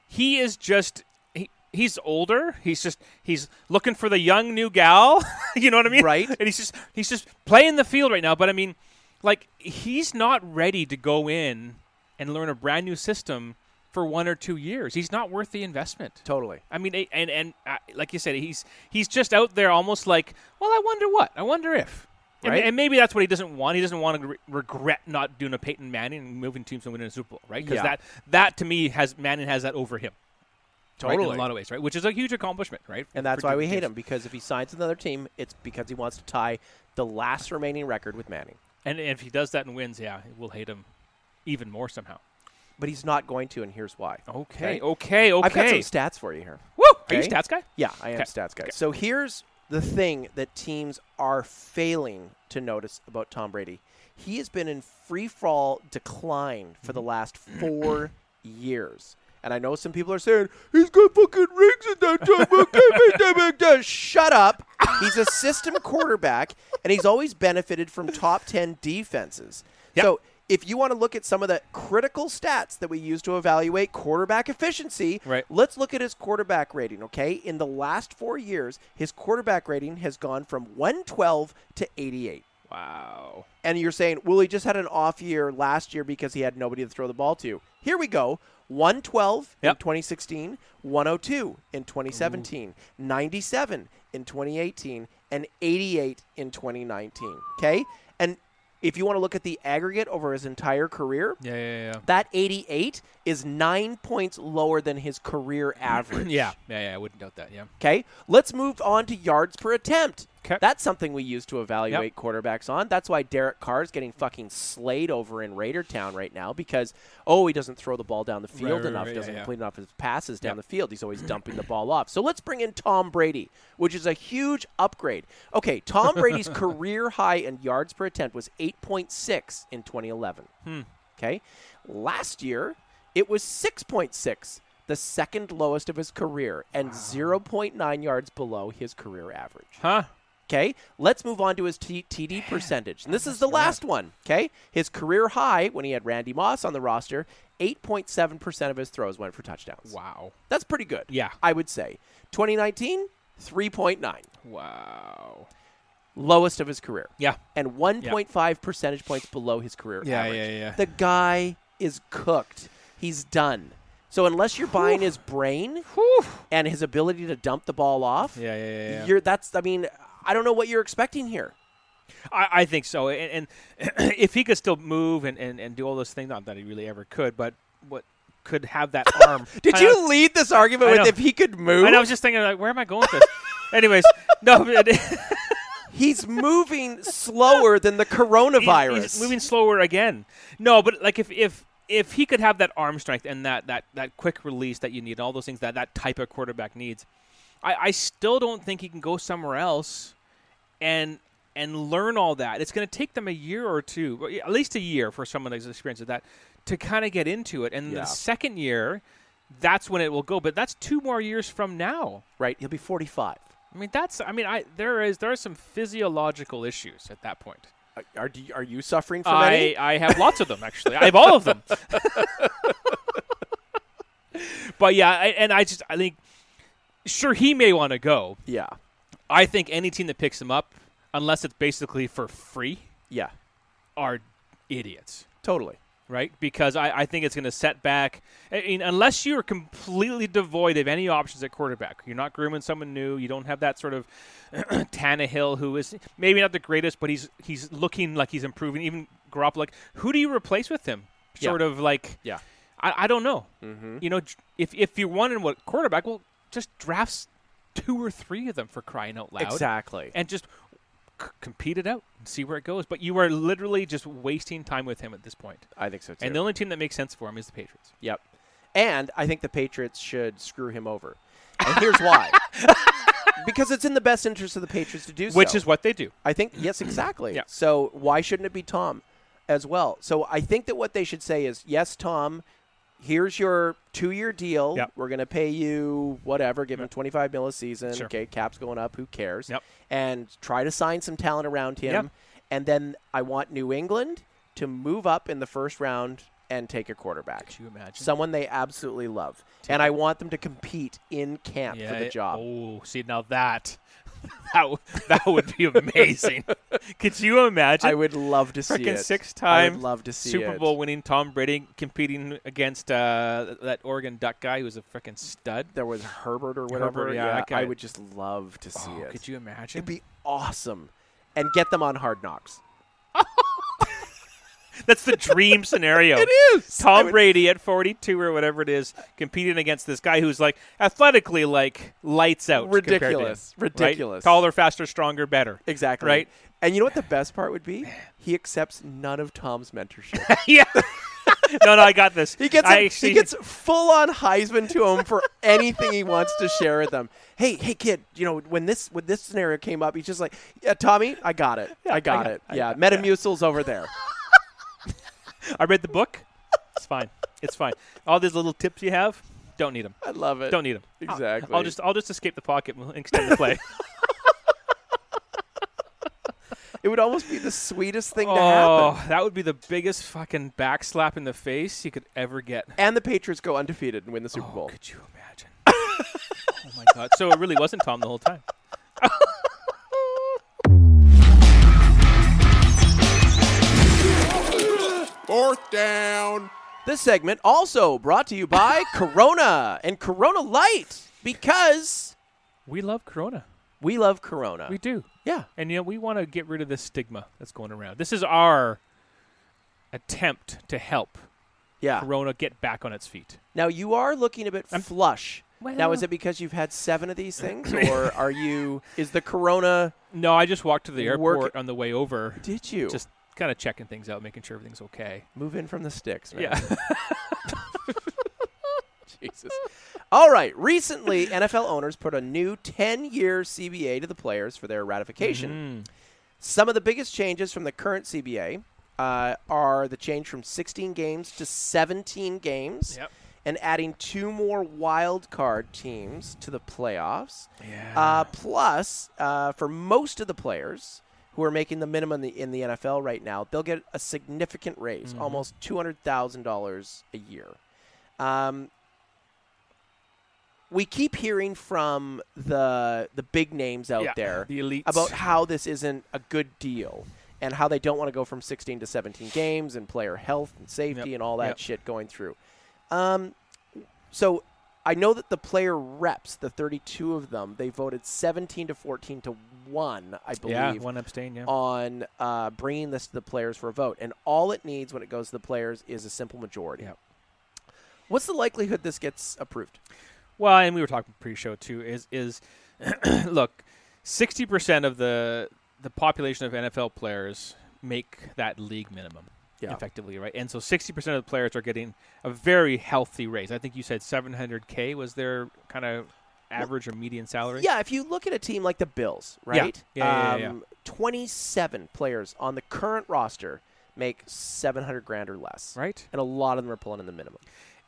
S3: he is just he, he's older. He's just he's looking for the young new gal. you know what I mean?
S2: Right.
S3: And he's just he's just playing the field right now. But I mean, like he's not ready to go in and learn a brand new system for one or two years. He's not worth the investment.
S2: totally.
S3: I mean, a- and and uh, like you said, he's he's just out there, almost like, well, I wonder what, I wonder if, And-
S2: Right.
S3: and, maybe that's what he doesn't want. He doesn't want to re- regret not doing a Peyton Manning and moving teams and winning a Super Bowl, right? Because
S2: Yeah.
S3: that that to me has Manning has that over him, right, in
S2: Totally.
S3: a lot of ways, right? Which is a huge accomplishment, right?
S2: And that's
S3: for
S2: why we
S3: different
S2: hate
S3: teams.
S2: him because if he signs with another team, it's because he wants to tie the last remaining record with Manning.
S3: And, and if he does that and wins, yeah, we'll hate him even more somehow.
S2: But he's not going to, and here's why.
S3: Okay, okay, okay.
S2: I've got some stats for you here.
S3: Woo! Are you
S2: okay?
S3: stats guy?
S2: Yeah, I am
S3: Okay.
S2: stats guy. So here's the thing that teams are failing to notice about Tom Brady. He has been in free fall decline for the last four years. And I know some people are saying, he's got fucking rings in that time. Okay, big time, big time." Shut up. He's a system quarterback, and he's always benefited from top 10 defenses. So if you want to look at some of the critical stats that we use to evaluate quarterback efficiency,
S3: Right.
S2: let's look at his quarterback rating, okay? In the last four years, his quarterback rating has gone from 112 to 88.
S3: Wow.
S2: And you're saying, well, he just had an off year last year because he had nobody to throw the ball to. Here we go 112 in
S3: Yep.
S2: 2016, 102 in 2017, 97 in 2018, and 88 in 2019. Okay? And if you want to look at the aggregate over his entire career,
S3: Yeah, yeah, yeah.
S2: that 88 is nine points lower than his career average.
S3: Yeah, yeah, yeah. I wouldn't doubt that. Yeah.
S2: Okay, let's move on to yards per attempt.
S3: 'Kay.
S2: That's something we use to evaluate quarterbacks on. That's why Derek Carr is getting fucking slayed over in Raider Town right now because oh he doesn't throw the ball down the field
S3: right,
S2: enough,
S3: right, yeah,
S2: doesn't
S3: yeah.
S2: complete enough of his passes down the field. He's always dumping the ball off. So let's bring in Tom Brady, which is a huge upgrade. Okay, Tom Brady's career high in yards per attempt was 8.6 in 2011.
S3: Hmm.
S2: Okay. Last year, it was 6.6, the second lowest of his career, and 0.9 yards below his career average.
S3: Huh?
S2: Okay. Let's move on to his T- TD percentage. And this is the last one. Okay. His career high when he had Randy Moss on the roster 8.7% of his throws went for touchdowns.
S3: Wow.
S2: That's pretty good.
S3: Yeah.
S2: I would say. 2019, 3.9,
S3: Wow.
S2: lowest of his career
S3: Yeah.
S2: and 1.5 percentage points below his career
S3: Yeah,
S2: average.
S3: yeah, yeah.
S2: The guy is cooked. He's done. So unless you're buying his brain and his ability to dump the ball off,
S3: Yeah, yeah, yeah, yeah.
S2: you're that's I mean, I don't know what you're expecting here.
S3: I, I think so. And, and if he could still move and, and, and do all those things, not that he really ever could, but what could have that arm.
S2: Did
S3: I
S2: you
S3: know-
S2: lead this argument
S3: I
S2: with
S3: know.
S2: if he could move?
S3: And I was just thinking, like, where am I going with this? Anyways, no, but-
S2: He's moving slower than the coronavirus.
S3: He's, he's moving slower again. No, but like if if if he could have that arm strength and that that that quick release that you need, all those things that that type of quarterback needs, I, I still don't think he can go somewhere else and and learn all that. It's going to take them a year or two, or at least a year for someone that's experienced with that to kind of get into it. And
S2: Yeah.
S3: the second year, that's when it will go. But that's two more years from now.
S2: right, he'll be 45.
S3: I mean, that's. I mean, I there is there are some physiological issues at that point.
S2: Are- Are, do you- are you suffering from
S3: I,
S2: any?
S3: I have lots of them actually. I have all of them. but yeah, I, and I just I think sure he may want to go.
S2: Yeah.
S3: I think any team that picks him up, unless it's basically for free,
S2: Yeah.
S3: are idiots,
S2: Totally.
S3: right? Because I, I think it's going to set back. I mean, unless you are completely devoid of any options at quarterback, you're not grooming someone new. You don't have that sort of Tannehill who is maybe not the greatest, but he's he's looking like he's improving. Even Garoppolo, like, who do you replace with him?
S2: Yeah.
S3: Sort of like
S2: Yeah. Mm-hmm.
S3: I, I don't know. You know, j- if if you're wanting what quarterback, well, just drafts two or three of them for crying out loud,
S2: Exactly.
S3: and just c- compete it out and see where it goes. But you are literally just wasting time with him at this point.
S2: I think so too.
S3: And the only team that makes sense for him is the Patriots.
S2: Yep. And I think the Patriots should screw him over. And here's why. because it's in the best interest of the Patriots to do so.
S3: Which is what they do.
S2: I think yes, exactly.
S3: Yeah.
S2: So why shouldn't it be Tom as well? So I think that what they should say is, yes, Tom, here's your two year deal.
S3: Yep.
S2: We're gonna pay you whatever, give him twenty five mil a season.
S3: Sure.
S2: Okay, cap's going up, who cares?
S3: Yep.
S2: And try to sign some talent around him.
S3: Yep.
S2: And then I want New England to move up in the first round and take a quarterback.
S3: Could you imagine?
S2: Someone they absolutely love. And I want them to compete in camp for the
S3: it-
S2: job.
S3: Oh, see now that that w- that would be amazing. Could you imagine?
S2: I would love to see
S3: Freaking
S2: it. I
S3: six-time
S2: would love to see
S3: Super
S2: it.
S3: Bowl winning Tom Brady competing against uh, that Oregon Duck guy who was a freaking stud.
S2: there was Herbert or whatever.
S3: Herbert, yeah,
S2: yeah,
S3: that guy.
S2: I would just love to see
S3: Oh,
S2: it.
S3: could you imagine?
S2: It'd be awesome, and get them on Hard Knocks.
S3: That's the dream scenario. it is.
S2: I
S3: Tom
S2: would-
S3: Brady at 42 or whatever it is, competing against this guy who's like athletically like lights out. compared to him,
S2: Ridiculous.
S3: right?
S2: Ridiculous.
S3: Taller, faster, stronger, better.
S2: Exactly.
S3: Right.
S2: And you know what the best part would be? He accepts none of Tom's mentorship.
S3: yeah. no, no, I got this.
S2: He gets
S3: I
S2: him-
S3: actually-
S2: he gets full on Heisman to him for anything he wants to share with them. Hey, hey, kid, you know when this when this scenario came up, he's just like, yeah, Tommy, I got it, I got it, yeah, Metamucil's over there.
S3: I read the book. It's fine. It's fine. All these little tips you have, don't need them.
S2: I love it.
S3: Don't need them.
S2: Uh, exactly.
S3: I'll just I'll just escape the pocket and extend the play.
S2: It would almost be the sweetest thing to happen.
S3: Oh, that would be the biggest fucking backslap in the face you could ever get.
S2: And the Patriots go undefeated and win the Super Bowl.
S3: Could you imagine? oh my god! So it really wasn't Tom the whole time.
S4: Fourth down.
S2: This segment also brought to you by Corona and Corona Light because
S3: We love Corona.
S2: we love Corona.
S3: We do.
S2: yeah.
S3: And you know, we want to get rid of this stigma that's going around. This is our attempt to help
S2: Yeah.
S3: Corona get back on its feet.
S2: Now you are looking a bit flush. now
S3: Well-
S2: is it because you've had seven of these things, or are you? Is the Corona?
S3: No, I just walked to the
S2: Work-
S3: airport on the way over,
S2: Did you
S3: just kind of checking things out, making sure everything's okay.
S2: move in from the sticks, man?
S3: Yeah.
S2: Jesus. All right. Recently, NFL owners put a new 10 year CBA to the players for their ratification. Some of the biggest changes from the current CBA uh, are the change from 16 games to 17 games
S3: Yep.
S2: and adding two more wild card teams to the playoffs. Uh, plus, uh, for most of the players who are making the minimum in the, in the NFL right now, they'll get a significant raise, almost $200,000 a year. Um, we keep hearing from the the big names out
S3: Yeah,
S2: there
S3: the elites.
S2: about how this isn't a good deal and how they don't want to go from 16 to 17 games and player health and safety
S3: Yep,
S2: and all that
S3: yep.
S2: shit going through. Um, so I know that the player reps, the 32 of them, they voted 17 to 14 to 1, I believe
S3: Yeah, one abstain. Yeah.
S2: on uh, bringing this to the players for a vote. And all it needs when it goes to the players is a simple majority.
S3: Yep.
S2: What's the likelihood this gets approved?
S3: Well, and we were talking pre-show too. Is is look, sixty percent of the the population of NFL players make that league minimum,
S2: Yeah.
S3: effectively, right? And so sixty percent of the players are getting a very healthy raise. I think you said seven hundred k was their kind of average or median salary.
S2: Yeah, if you look at a team like the Bills, right?
S3: Yeah, yeah, yeah, yeah.
S2: 27 players on the current roster make 700 grand or less.
S3: Right.
S2: And a lot of them are pulling in the minimum.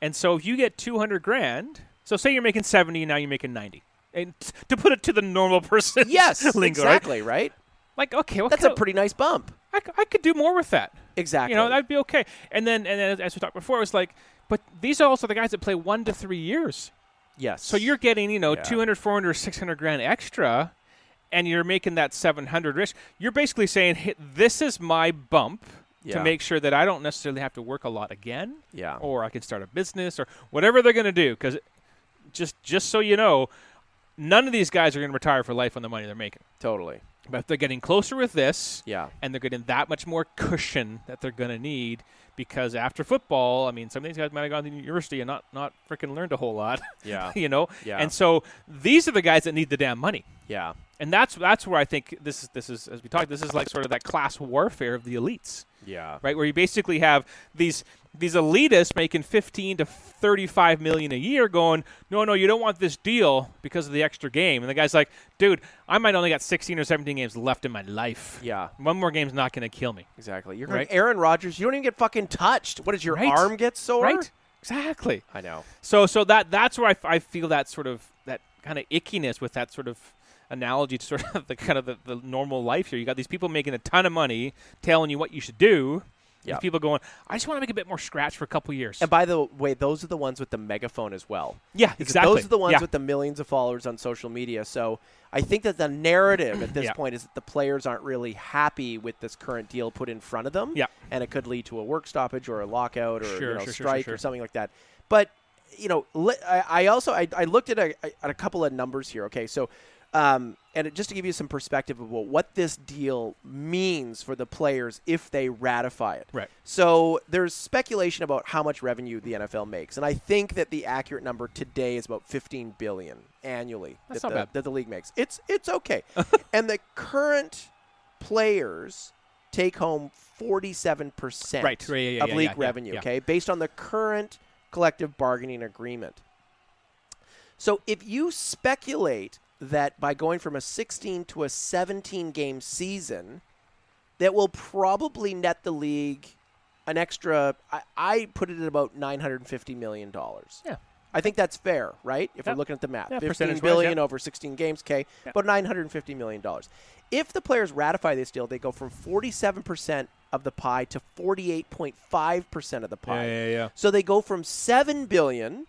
S3: And so if you get 200 grand, so say you're making 70 and now you're making 90. And t- to put it to the normal person,
S2: Yes,
S3: lingo, right?
S2: exactly, right?
S3: Like, okay, what
S2: That's
S3: kind
S2: a
S3: of-
S2: pretty nice bump.
S3: I, c- I could do more with that.
S2: Exactly.
S3: You know, that'd be okay. And then, and then as we talked before, it's like, but these are also the guys that play one to three years.
S2: yes.
S3: So you're getting, you know,
S2: Yeah.
S3: 200, 400, 600 grand extra, and you're making that 700 risk. You're basically saying, hey, this is my bump
S2: Yeah.
S3: to make sure that I don't necessarily have to work a lot again.
S2: Yeah.
S3: Or I can start a business or whatever they're going to do. Because just, just so you know, none of these guys are going to retire for life on the money they're making.
S2: totally.
S3: But if they're getting closer with this,
S2: Yeah.
S3: and they're getting that much more cushion that they're going to need because after football, I mean, some of these guys might have gone to university and not not freaking learned a whole lot.
S2: Yeah.
S3: you know.
S2: Yeah.
S3: And so these are the guys that need the damn money.
S2: Yeah.
S3: And that's that's where I think this is this is as we talked this is like sort of that class warfare of the elites,
S2: Yeah.
S3: right? Where you basically have these these elitists making 15 to 35 million a year going, "No, no, you don't want this deal because of the extra game." And the guy's like, "Dude, I might only got 16 or 17 games left in my life.
S2: Yeah.
S3: One more game's not going to kill me."
S2: Exactly. You're
S3: Right.
S2: going Aaron Rodgers, you don't even get fucking touched. What does your
S3: Right.
S2: arm get sore?
S3: Right? Exactly.
S2: I know.
S3: So so that that's where I, f- I feel that sort of that kind of ickiness with that sort of analogy to sort of the kind of the, the normal life here. You got these people making a ton of money telling you what you should do.
S2: Yeah.
S3: These people going, I just want to make a bit more scratch for a couple years.
S2: And by the way, those are the ones with the megaphone as well.
S3: yeah,
S2: Because
S3: exactly.
S2: Those are the ones
S3: yeah.
S2: with the millions of followers on social media. So I think that the narrative at this
S3: Yeah.
S2: point is that the players aren't really happy with this current deal put in front of them.
S3: Yeah.
S2: And it could lead to a work stoppage or a lockout or you
S3: Sure,
S2: know,
S3: sure, sure,
S2: strike
S3: sure,
S2: or
S3: sure.
S2: something like that. But you know, li- I, I also I, I looked at a, at a couple of numbers here. Okay, so. Um, and it- just to give you some perspective of what this deal means for the players if they ratify it.
S3: Right.
S2: So there's speculation about how much revenue the NFL makes, and I think that the accurate number today is about 15 billion annually
S3: That's
S2: that,
S3: not
S2: the,
S3: bad.
S2: that the league makes. It's it's okay, and the current players take home 47 percent
S3: Right. Yeah, yeah, yeah,
S2: of
S3: yeah,
S2: league
S3: yeah, yeah,
S2: revenue.
S3: yeah.
S2: Okay, based on the current collective bargaining agreement. So if you speculate that by going from a 16 to a 17 game season, that will probably net the league an extra. I, I put it at about 950 million dollars.
S3: Yeah.
S2: I I think that's fair, right? If
S3: Yep.
S2: we're looking at the map,
S3: Yeah,
S2: 15
S3: percentage-wise,
S2: billion
S3: yep.
S2: over 16 games, K, about 950 million dollars. If the players ratify this deal, they go from 47 percent of the pie to 48.5 percent of the pie.
S3: Yeah, yeah, yeah.
S2: So they go from 7 billion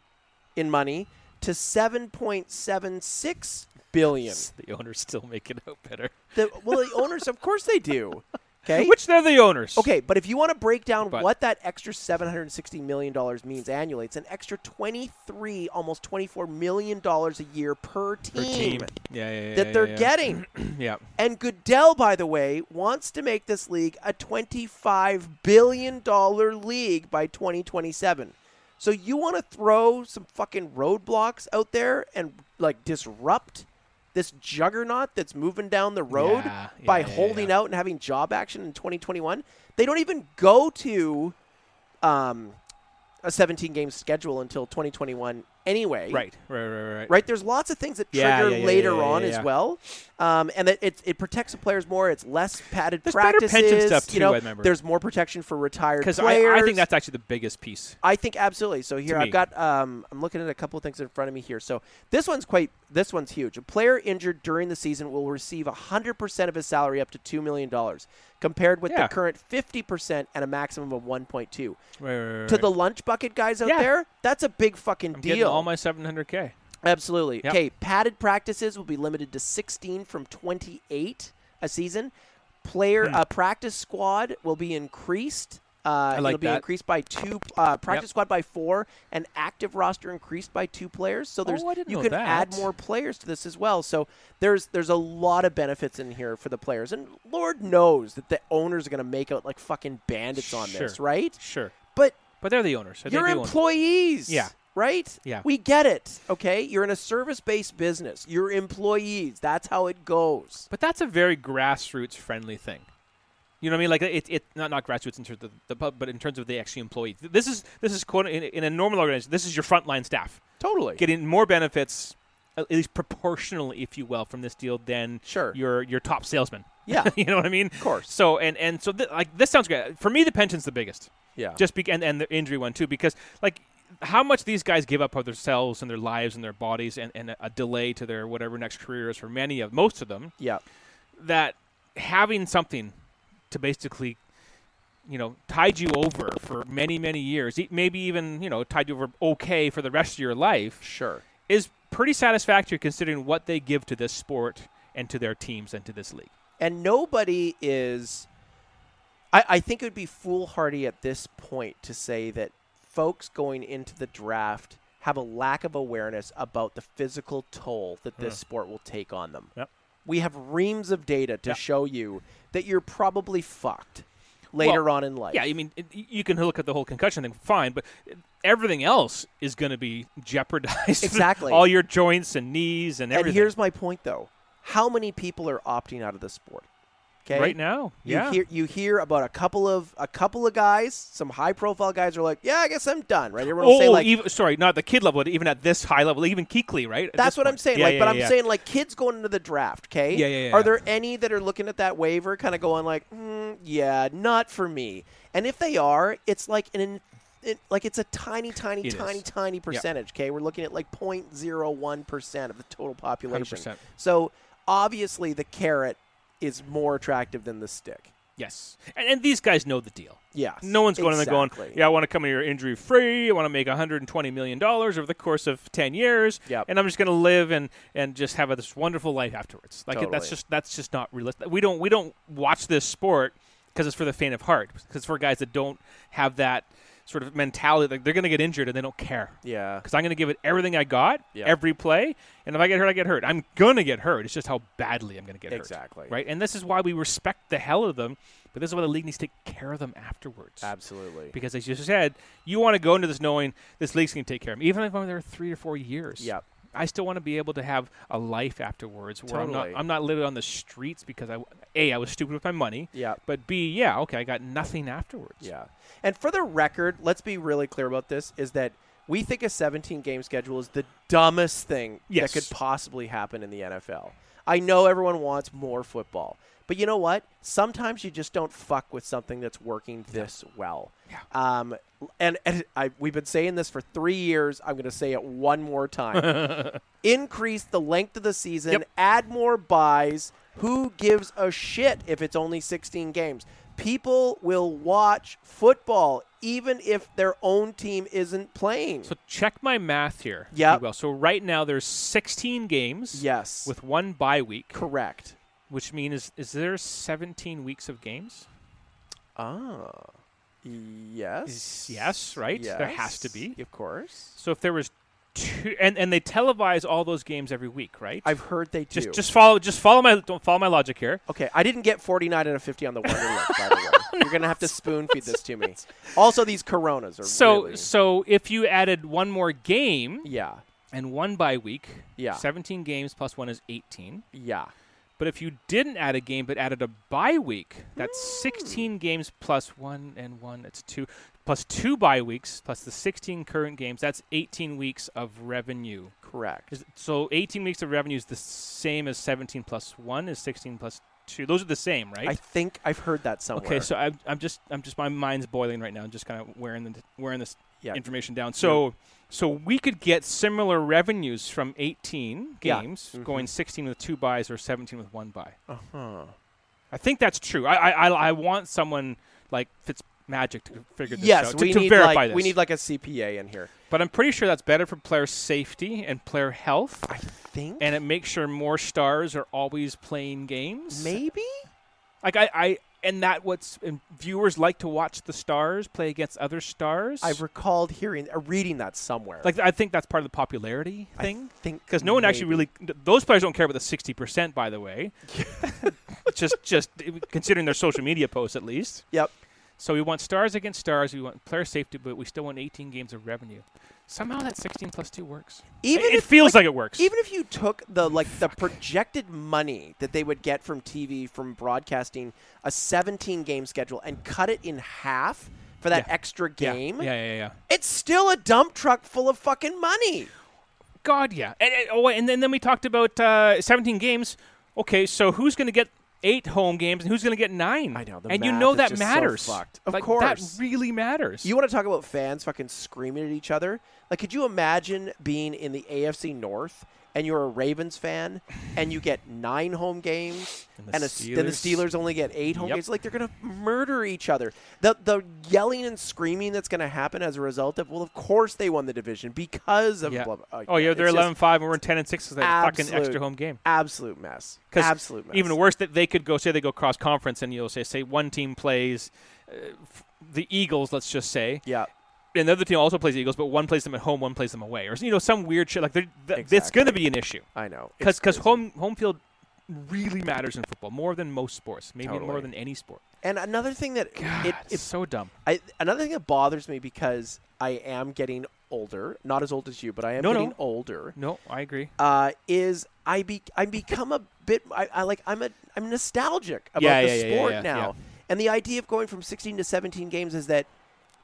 S2: in money to 7.76 billion.
S3: The owners still make it out better.
S2: The, well, the owners, of course, they do. Okay.
S3: Which they're the owners.
S2: Okay, but if you want to break down
S3: But-
S2: what that extra seven hundred sixty million dollars means annually, it's an extra twenty three, almost twenty four million dollars a year per team,
S3: Yeah, yeah, yeah.
S2: that
S3: yeah,
S2: they're
S3: yeah.
S2: getting.
S3: Yeah.
S2: and Goodell, by the way, wants to make this league a twenty five billion dollar league by twenty twenty seven. So you want to throw some fucking roadblocks out there and like disrupt this juggernaut that's moving down the road
S3: Yeah,
S2: by
S3: yeah, yeah,
S2: holding out and having job action in 2021. They don't even go to um, a 17 game schedule until 2021 anyway.
S3: Right. Right. Right. Right.
S2: Right, there's lots of things that trigger
S3: Yeah, yeah, yeah,
S2: later
S3: yeah, yeah,
S2: on
S3: yeah,
S2: as
S3: yeah.
S2: well, um, and that it, it protects the players more. It's less padded
S3: There's better
S2: practices.
S3: pension stuff
S2: you
S3: too,
S2: know,
S3: I remember.
S2: there's more protection for retired players.
S3: Because I, I think that's actually the biggest piece.
S2: I think absolutely. So here
S3: To
S2: I've
S3: me.
S2: got um, I'm looking at a couple of things in front of me here. So this one's quite this one's huge. A player injured during the season will receive 100% of his salary up to 2 million dollars compared with
S3: Yeah.
S2: the current 50% and a maximum of 1.2.
S3: Right. Right. right,
S2: To the lunch bucket guys out
S3: Yeah.
S2: there, that's a big fucking
S3: I'm getting
S2: deal.
S3: all my 700k.
S2: Absolutely.
S3: Yep.
S2: Okay, padded practices will be limited to 16 from 28 a season. Player
S3: Hmm.
S2: uh, practice squad will be increased. Uh,
S3: like
S2: it'll be
S3: that.
S2: increased by two. Uh, practice squad by four, and active roster increased by two players. So there's
S3: Oh, I didn't
S2: you
S3: know
S2: can
S3: that.
S2: add more players to this as well. So there's there's a lot of benefits in here for the players, and Lord knows that the owners are going to make out like fucking bandits on this,
S3: Sure.
S2: right?
S3: Sure.
S2: But
S3: But they're the owners. They're
S2: your
S3: the owners.
S2: employees.
S3: Yeah.
S2: Right?
S3: Yeah.
S2: We get it. Okay? You're in a service based business. Your employees. That's how it goes.
S3: But that's a very grassroots friendly thing. You know what I mean? Like it, it not not grassroots in terms of the pub, but in terms of the actual employee. Th- This is this is quote in, in a normal organization. This is your frontline staff
S2: Totally.
S3: getting more benefits, at least proportionally, if you will, from this deal than
S2: Sure.
S3: your your top salesman.
S2: Yeah.
S3: you know what I mean? Of
S2: course.
S3: So and and so th- like this sounds great for me. The pension's the biggest.
S2: Yeah.
S3: Just be- and and the injury one too because like how much these guys give up of themselves and their lives and their bodies and, and a, a delay to their whatever next career is for many of most of them
S2: yeah.
S3: that having something to basically you know tide you over for many many years e- maybe even you know tide you over okay for the rest of your life
S2: Sure.
S3: is pretty satisfactory considering what they give to this sport and to their teams and to this league
S2: And nobody is. I, I think it would be foolhardy at this point to say that folks going into the draft have a lack of awareness about the physical toll that this sport will take on them.
S3: Yep.
S2: We have reams of data to show you that you're probably fucked later
S3: Well,
S2: on in life.
S3: yeah i mean it, you can look at the whole concussion thing fine but everything else is going to be jeopardized
S2: Exactly.
S3: all your joints and knees and everything
S2: And here's my point, though: how many people are opting out of the sport? Okay,
S3: right now
S2: you
S3: yeah
S2: hear you hear about a couple of a couple of guys, some high profile guys are like, yeah, I guess I'm done. Right? Everyone will
S3: Oh,
S2: say like,
S3: even, sorry, not the kid level, but even at this high level, even Keekly, right? At
S2: that's
S3: this
S2: what
S3: point.
S2: I'm saying.
S3: Yeah,
S2: like,
S3: yeah,
S2: but I'm
S3: yeah.
S2: saying like kids going into the draft. Okay,
S3: Yeah, yeah, yeah,
S2: Are
S3: yeah.
S2: there any that are looking at that waiver, kind of going like, mm, yeah, not for me? And if they are, it's like an it, like it's a tiny, tiny,
S3: It
S2: tiny,
S3: is.
S2: tiny percentage. Okay, we're looking at like 0.01 percent of the total population.
S3: 100%.
S2: So obviously, the carrot is more attractive than the stick.
S3: yes, and, and these guys know the deal.
S2: Yes,
S3: No one's going in there
S2: exactly.
S3: going, yeah, I want to come here injury free. I want to make 120 million dollars over the course of 10 years,
S2: Yep.
S3: and I'm just going to live and and just have this wonderful life afterwards. Like it-
S2: Totally.
S3: that's just that's just not realistic. We don't we don't watch this sport because it's for the faint of heart. Because it's for guys that don't have that sort of mentality. Like they're going to get injured and they don't care.
S2: Yeah.
S3: because I'm going to give it everything I got, every play. And if I get hurt, I get hurt. I'm going to get hurt. It's just how badly I'm going to get hurt.
S2: Exactly.
S3: Right. And this is why we respect the hell of them, but this is why the league needs to take care of them afterwards.
S2: Absolutely.
S3: Because as you said, you want to go into this knowing this league's going to take care of me, even if I'm there three or four years.
S2: Yep.
S3: I still want to be able to have a life afterwards where I'm
S2: Totally.
S3: not I'm not living on the streets because I a I was stupid with my money.
S2: Yep.
S3: But b yeah okay I got nothing afterwards.
S2: Yeah. And for the record, let's be really clear about this is that We think a 17 game schedule is the dumbest thing
S3: Yes.
S2: that could possibly happen in the NFL. I know everyone wants more football, but you know what? Sometimes you just don't fuck with something that's working this well. Yeah. Um, and and I, we've been saying this for three years. I'm going to say it one more time. Increase the length of the season,
S3: Yep.
S2: add more buys. Who gives a shit if it's only 16 games? People will watch football even if their own team isn't playing.
S3: So check my math here. if
S2: Yep.
S3: you will. So right now there's 16 games.
S2: Yes.
S3: With one bye week,
S2: Correct.
S3: which means is there 17 weeks of games?
S2: Ah. Yes.
S3: Yes, right? There has to be.
S2: Of course.
S3: So if there was two, and and they televise all those games every week, right?
S2: I've heard they do.
S3: just just follow just follow my don't follow my logic here.
S2: okay, I didn't get 49 out of 50 on the Wonder Look, by the way. You're going to have to spoon feed this to me. Also, these Coronas are
S3: So
S2: really...
S3: so if you added one more game
S2: Yeah.
S3: and one bye week,
S2: Yeah.
S3: 17 games plus one is 18.
S2: Yeah.
S3: But if you didn't add a game but added a bye week, that's 16 games plus one and one. That's two plus two bye weeks plus the 16 current games. That's 18 weeks of revenue.
S2: Correct.
S3: Is- So 18 weeks of revenue is the same as 17 plus one is 16 plus two. Those are the same, right?
S2: I think I've heard that somewhere.
S3: okay, so I'm, I'm just I'm just my mind's boiling right now. I'm just kind of wearing the wearing this
S2: Yeah.
S3: information down. So so we could get similar revenues from 18
S2: Yeah. Mm-hmm.
S3: games going 16 with two buys or 17 with one buy.
S2: Uh-huh.
S3: I think that's true. I I, I, I want someone like Fitz Magic to figure this
S2: Yes,
S3: out to,
S2: we
S3: to
S2: need
S3: verify
S2: like
S3: this.
S2: we need like a CPA in here.
S3: but I'm pretty sure that's better for player safety and player health,
S2: I think
S3: and it makes sure more stars are always playing games.
S2: maybe
S3: Like I, I and that what's and viewers like to watch the stars play against other stars.
S2: I recalled hearing uh, reading that somewhere.
S3: like I think that's part of the popularity thing.
S2: think
S3: because no one actually
S2: maybe.
S3: really th- those players don't care about the 60% by the way just just considering their social media posts at least
S2: Yep.
S3: So we want stars against stars. We want player safety, but we still want 18 games of revenue. Somehow that 16 plus two works.
S2: Even
S3: it
S2: if,
S3: feels like, it works.
S2: Even if you took the like the projected money that they would get from TV from broadcasting a 17 game schedule and cut it in half for that
S3: Yeah.
S2: extra game,
S3: Yeah, yeah, yeah. yeah.
S2: it's still a dump truck full of fucking money.
S3: God, yeah. And, and- oh, and then, then we talked about uh, 17 games. Okay, so who's going to get eight home games and who's going to get nine?
S2: I know, the
S3: and you
S2: math
S3: know
S2: is
S3: that
S2: just so
S3: matters.
S2: fucked. Of
S3: Like,
S2: course.
S3: that really matters.
S2: You want to talk about fans fucking screaming at each other? Like, could you imagine being in the AFC North and you're a Ravens fan and you get nine home games and
S3: the
S2: the, then the
S3: Steelers.
S2: Steelers only get eight home
S3: Yep.
S2: games? Like, they're going to murder each other. The, the yelling and screaming that's going to happen as a result of, well, of course they won the division because of
S3: yeah.
S2: blah, blah, uh,
S3: oh yeah,
S2: it's
S3: they're
S2: just
S3: 11 5 and we're in 10 and 6 because that fucking
S2: absolute-
S3: extra home game.
S2: Absolute mess.
S3: 'Cause
S2: Absolute mess.
S3: Even worse, that they could go say they go cross conference, and you'll say say one team plays uh, f- the Eagles, let's just say,
S2: Yeah.
S3: and the other team also plays the Eagles, but one plays them at home, one plays them away, or you know some weird shit like they're- th- it's
S2: Exactly.
S3: going to be an issue
S2: I know. It's
S3: because
S2: crazy.
S3: home home field really matters in football more than most sports, maybe more
S2: Totally.
S3: than any sport.
S2: And another thing that it,
S3: God,
S2: it
S3: it's so dumb.
S2: I, another thing that bothers me because I am getting older, not as old as you, but I am
S3: No, no.
S2: getting older.
S3: No, I agree.
S2: Uh, is I be I become a bit I, I like I'm a I'm nostalgic about
S3: Yeah,
S2: the
S3: yeah, yeah, yeah,
S2: sport
S3: yeah,
S2: now,
S3: yeah.
S2: and the idea of going from 16 to 17 games is that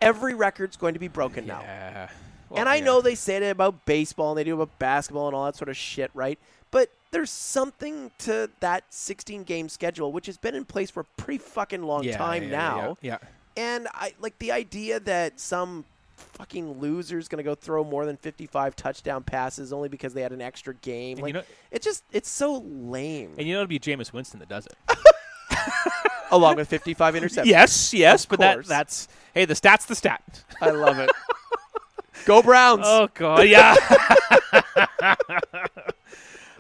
S2: every record's going to be broken now.
S3: Yeah.
S2: and I know they say that about baseball and they do about basketball and all that sort of shit, right? But there's something to that 16 game schedule, which has been in place for a pretty fucking long time now.
S3: Yeah.
S2: And I like the idea that some fucking loser's going to go throw more than 55 touchdown passes only because they had an extra game.
S3: And
S2: Like
S3: you know-
S2: it just it's so lame.
S3: And you know it'll be Jameis Winston that does it.
S2: Along with 55 interceptions.
S3: yes, yes,
S2: Of
S3: but that
S2: course.
S3: that's hey, the stat's the stat.
S2: I love it. go Browns.
S3: Oh god, yeah.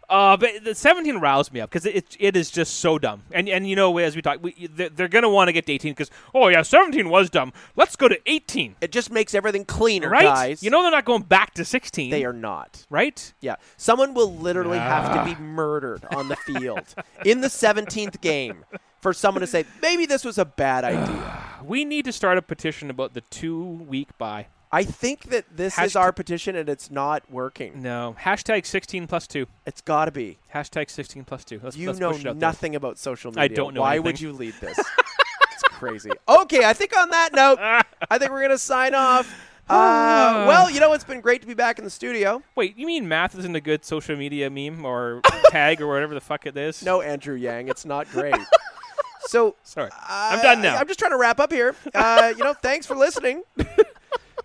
S3: Uh, but the 17 roused me up because it, it it is just so dumb. And and you know as we talk, we, they're, they're gonna want to get to 18 because oh yeah, 17 was dumb. Let's go to 18,
S2: It just makes everything cleaner,
S3: right?
S2: guys.
S3: You know they're not going back to 16.
S2: they are not.
S3: right.
S2: Yeah. Someone will literally have
S3: Ah.
S2: to be murdered on the field in the 17th game for someone to say maybe this was a bad idea.
S3: We need to start a petition about the two week buy.
S2: I think that this is
S3: Hashtag- Mm.
S2: our petition and it's not working.
S3: No hashtag 16 plus two.
S2: It's got to be.
S3: Hashtag 16 plus two. Let's,
S2: You
S3: let's
S2: know
S3: push it out there.
S2: nothing about social media.
S3: I don't know
S2: Why
S3: anything.
S2: would you lead this? it's crazy. Okay, I think on that note, I think we're gonna sign off. Uh, well, you know, it's been great to be back in the studio.
S3: Wait, you mean math isn't a good social media meme or tag or whatever the fuck it is?
S2: No, Andrew Yang, it's not great. so
S3: Sorry.
S2: Uh, I-
S3: I'm done now.
S2: I'm just trying to wrap up here. Uh, you know, thanks for listening.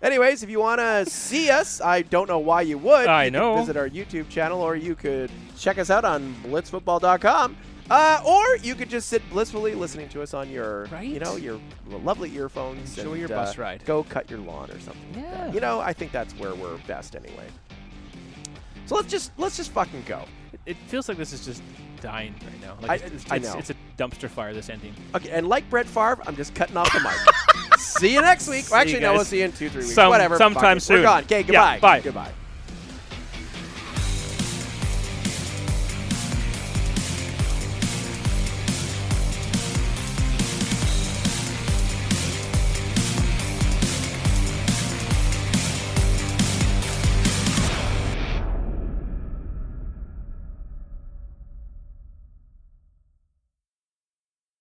S2: Anyways, if you want to see us, I don't know why you would.
S3: I
S2: you could
S3: know.
S2: visit our YouTube channel, or you could check us out on blitzfootball.com. Uh, or you could just sit blissfully listening to us on your, you know, your lovely earphones.
S5: Enjoy
S2: and,
S5: your
S2: uh,
S5: bus ride.
S2: Go cut your lawn or something. like that. You know, I think that's where we're best anyway. So let's just let's just fucking go.
S3: it feels like this is just dying right now. Like
S2: I-
S3: it's,
S2: I
S3: it's-
S2: know.
S3: it's a dumpster fire. This ending.
S2: Okay, and like Brett Favre, I'm just cutting off the mic. see you next week. Well,
S3: See you
S2: actually, no,
S3: guys.
S2: we'll see you in two, three weeks.
S3: Some-
S2: Whatever.
S3: sometime
S2: Fuck it. We're
S3: soon.
S2: gone. Okay,
S3: Yeah,
S2: goodbye.
S3: bye.
S2: Goodbye.